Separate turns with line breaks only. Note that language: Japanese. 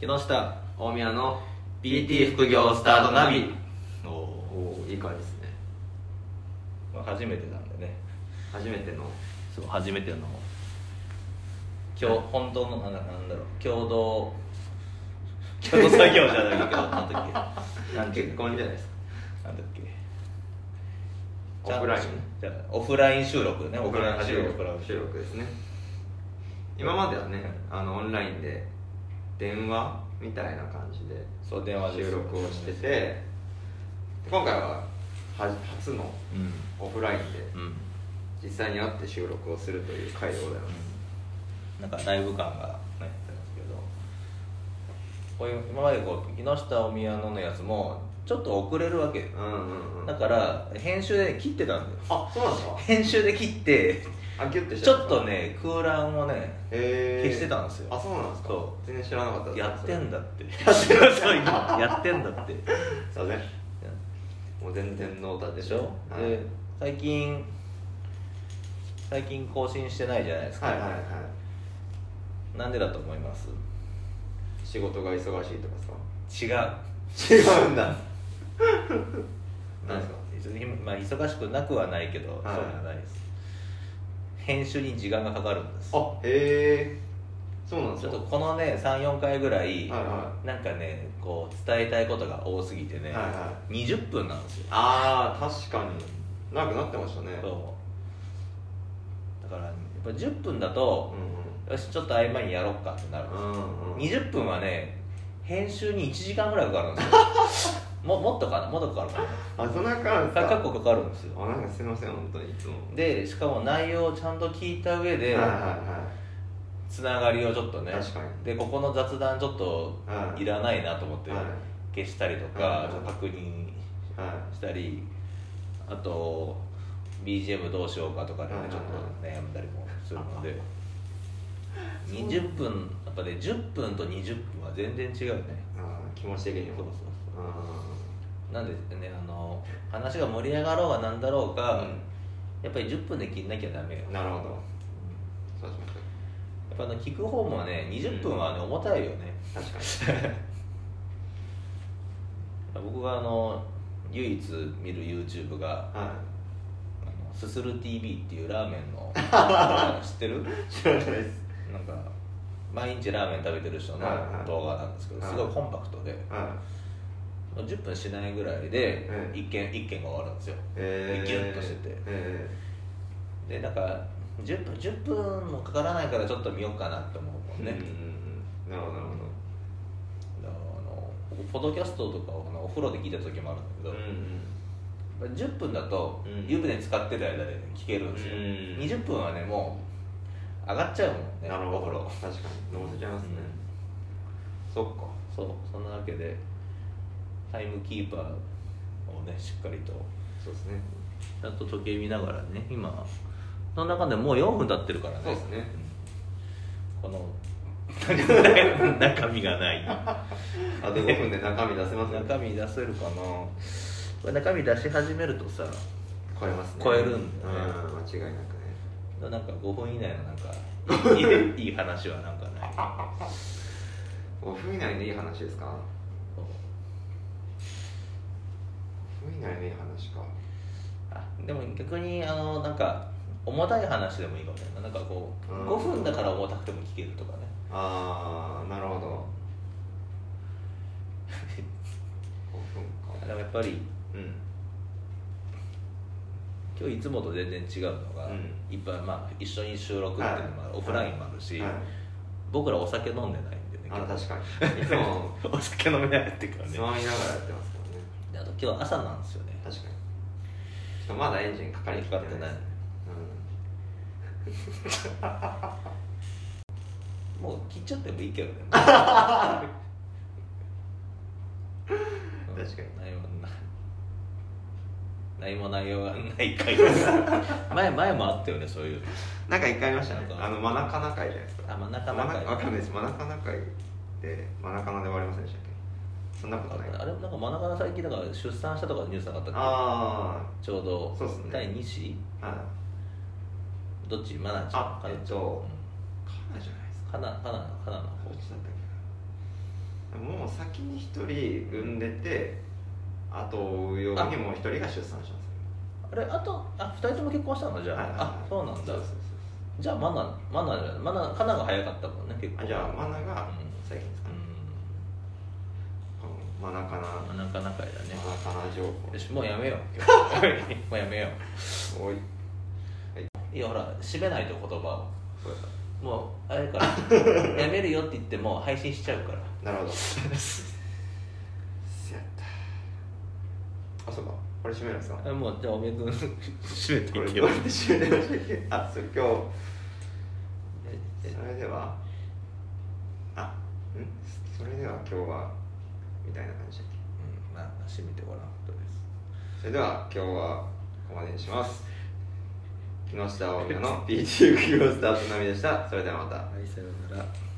木下
大宮の BT 副業スタートナビ
お
お
お、
おいい感じですね
まあ、初めてなんでね
初めての
そう初めての今日本当のななんだろう共 同共同作業じゃないけどなんだっけなんていう
結
の
婚じゃないですか
なんだっけ
オフライン
じゃあオフライン収録ね
僕らの
初
収
めてオフライン
録収録ですね今まではねあのオンラインで電話みたいな感じで
そう電話で
収録をしててで今回はは初の
うん
オフラインで
うん
実際に会って収録をするという回でございます、
なんかライブ感がないってますけどこういう今までこう木下お宮ののやつもちょっと遅れるわけよ
うんうんうん
だから編集で切ってたんだよ
あそうなんですか
編集で切って
あギュッてし
ちょっとね空欄をね
へえ
消してたんですよ
あそうなんですか
そ
全然知らなかったです
やってんだ
そ
ってやってんだそう やってんだって
れすいませんもう全然ノータ
でしょ、
はい、
で最近最近更新してないじゃないですか、
はいはいはい
なんでだと思います
仕事が忙しいとか
違う
さ違うんだ何ですか
別にまあ、忙しくなくはないけど、
はい
そうじゃないです編集に時間がかかるんです
あへえそうなん
ち
です
ょっ
か
とこのね34回ぐらい、
はいは
なんかねこう伝えたいことが多すぎてね、
はいは
20分なんですよ
ああ確かに長くなってましたね
そうだから、やっぱ10分だと
う、ん
よしちょっと合間にやろっかってなるんですよ
うんうんうん
20分はね編集に1時間ぐらいかかるんですよ ももっとかなもっとかかるか
あそんな感じ
なか構かかるんですよ
あなんかすいません本当にいつも
でしかも内容をちゃんと聞いた上で
はいはいは
つながりをちょっとね
確かに
でここの雑談ちょっと
はい
いらないなと思って
はい
消したりとか
はい
ちょっと確認
いは
したりあと BGM どうしようかとかでね
はい
ちょっと悩んだりもするので20分やっぱね10分と20分は全然違うね
いあー気持ち的に
そうそう
も
そう
う
なんでねあの話が盛り上がろうがなんだろうが、
うん
やっぱり10分で切んなきゃダメよ
んなるほどそうしましょう
やっぱあの聞く方もね20分はね、重たいよね
確かに
僕があの唯一見る YouTube が
は
あのすする TV っていうラーメン の知ってる
い知らないです
なんか毎日ラーメン食べてる人の
はいはい
動画なんですけど
はい
すごいコンパクトで
は
10分しないぐらいで
うん
1件1件が終わるんですよ
いえー、
ギュッとしてて
え
でなんか10分10分もかからないからちょっと見ようかなって思うも
ー、
んね、
うんなるほどなるほ
あの僕ポッドキャストとかをあのお風呂で聞いた時もあるんだけ
ど
ど
うん、
10分だと
うん
湯船使ってる間で聞けるんですよ、
うん
20分はねもう上がっちゃうもん
うん
ね
なる
お
ほ
風
ど
呂
確かにのせちゃいますね、そっか
そうそんなわけでタイムキーパーをねしっかりと
そうで すね
ちゃんと時計見ながらね今その中でもう4分経ってるからね
そうですね
うんこ の中身がない
あと5分で中身出せますね
中身出せるかなこれ中身出し始めるとさ
超えますね
超えるんだね
うん間違いなくね
なんか5分以内のなん かいいいい話はなんかない
5分以内でいい話ですか5分以内でいい話か
あでも逆にあのなんか重たい話でもいいかもしれないなんかこう
うん
5分だから重たくても聞けるとかね
ああなるほ ど5分か
でもやっぱり
うん
今日いつもと全然違うのが、
うん
いっぱいまあ一緒に収録っていうのもある、
はい
オフラインもあるし、
はい
僕らお酒飲んでないんで ね
あ
今日
確かにいつも
お酒飲めないっていうからね
つまみながらやってますからね
であと今日朝なんですよね
確かにちょっとまだエンジンかかりきってないです
かかってないもう切っちゃってもいい けどね
確かに
何もな何も内容がない回です 前前もあったよねそういう
うん、なんか一回ありましたね
なんか
あのマナカナ会じゃないですか
あマナカナ会
マわかんないですマナカナ会でマナカナで終わりませんでしたっけそんなことない
あれもなんか真中が最近だから出産したとかニュースなかったっけ
あ
ちょうど
そうっすね
第2子
あはい
どっちマナちゃん
あ
かな
えっとカナじゃないですか
カナカナカナの方
どっちだったっけ先に一人産んでて後を追うようにもう一人が出産します
あれあとあ二人とも結婚したのじゃあ、
はいはいはい
あそうなんだ
そうそうそう
じゃあマナマナじゃないマナカナが早かったもんね結
そう
構
あじゃあマナが最近ですかね、
う
このマナカナマ
んマナカナ会だね
ナカナ情報
よしもうやめよう もうやめよ
おいう
いやほら締めないと言葉を
そうだ
もうあれから やめるよって言っても配信しちゃうから
なるほどせやったあそうかこれ閉めるんですか
あもうじゃあおめでとう締め
これ
ていき
どう
ま
や
す
って閉めてましたっけあそう今日それではあんそれでは今日はみたいな感じだっけ
うんまあ締めてごらんとです
それでは今日はここまでにします木下青宮の BTU 企業スタート並みでしたそれではまた
はいさようなら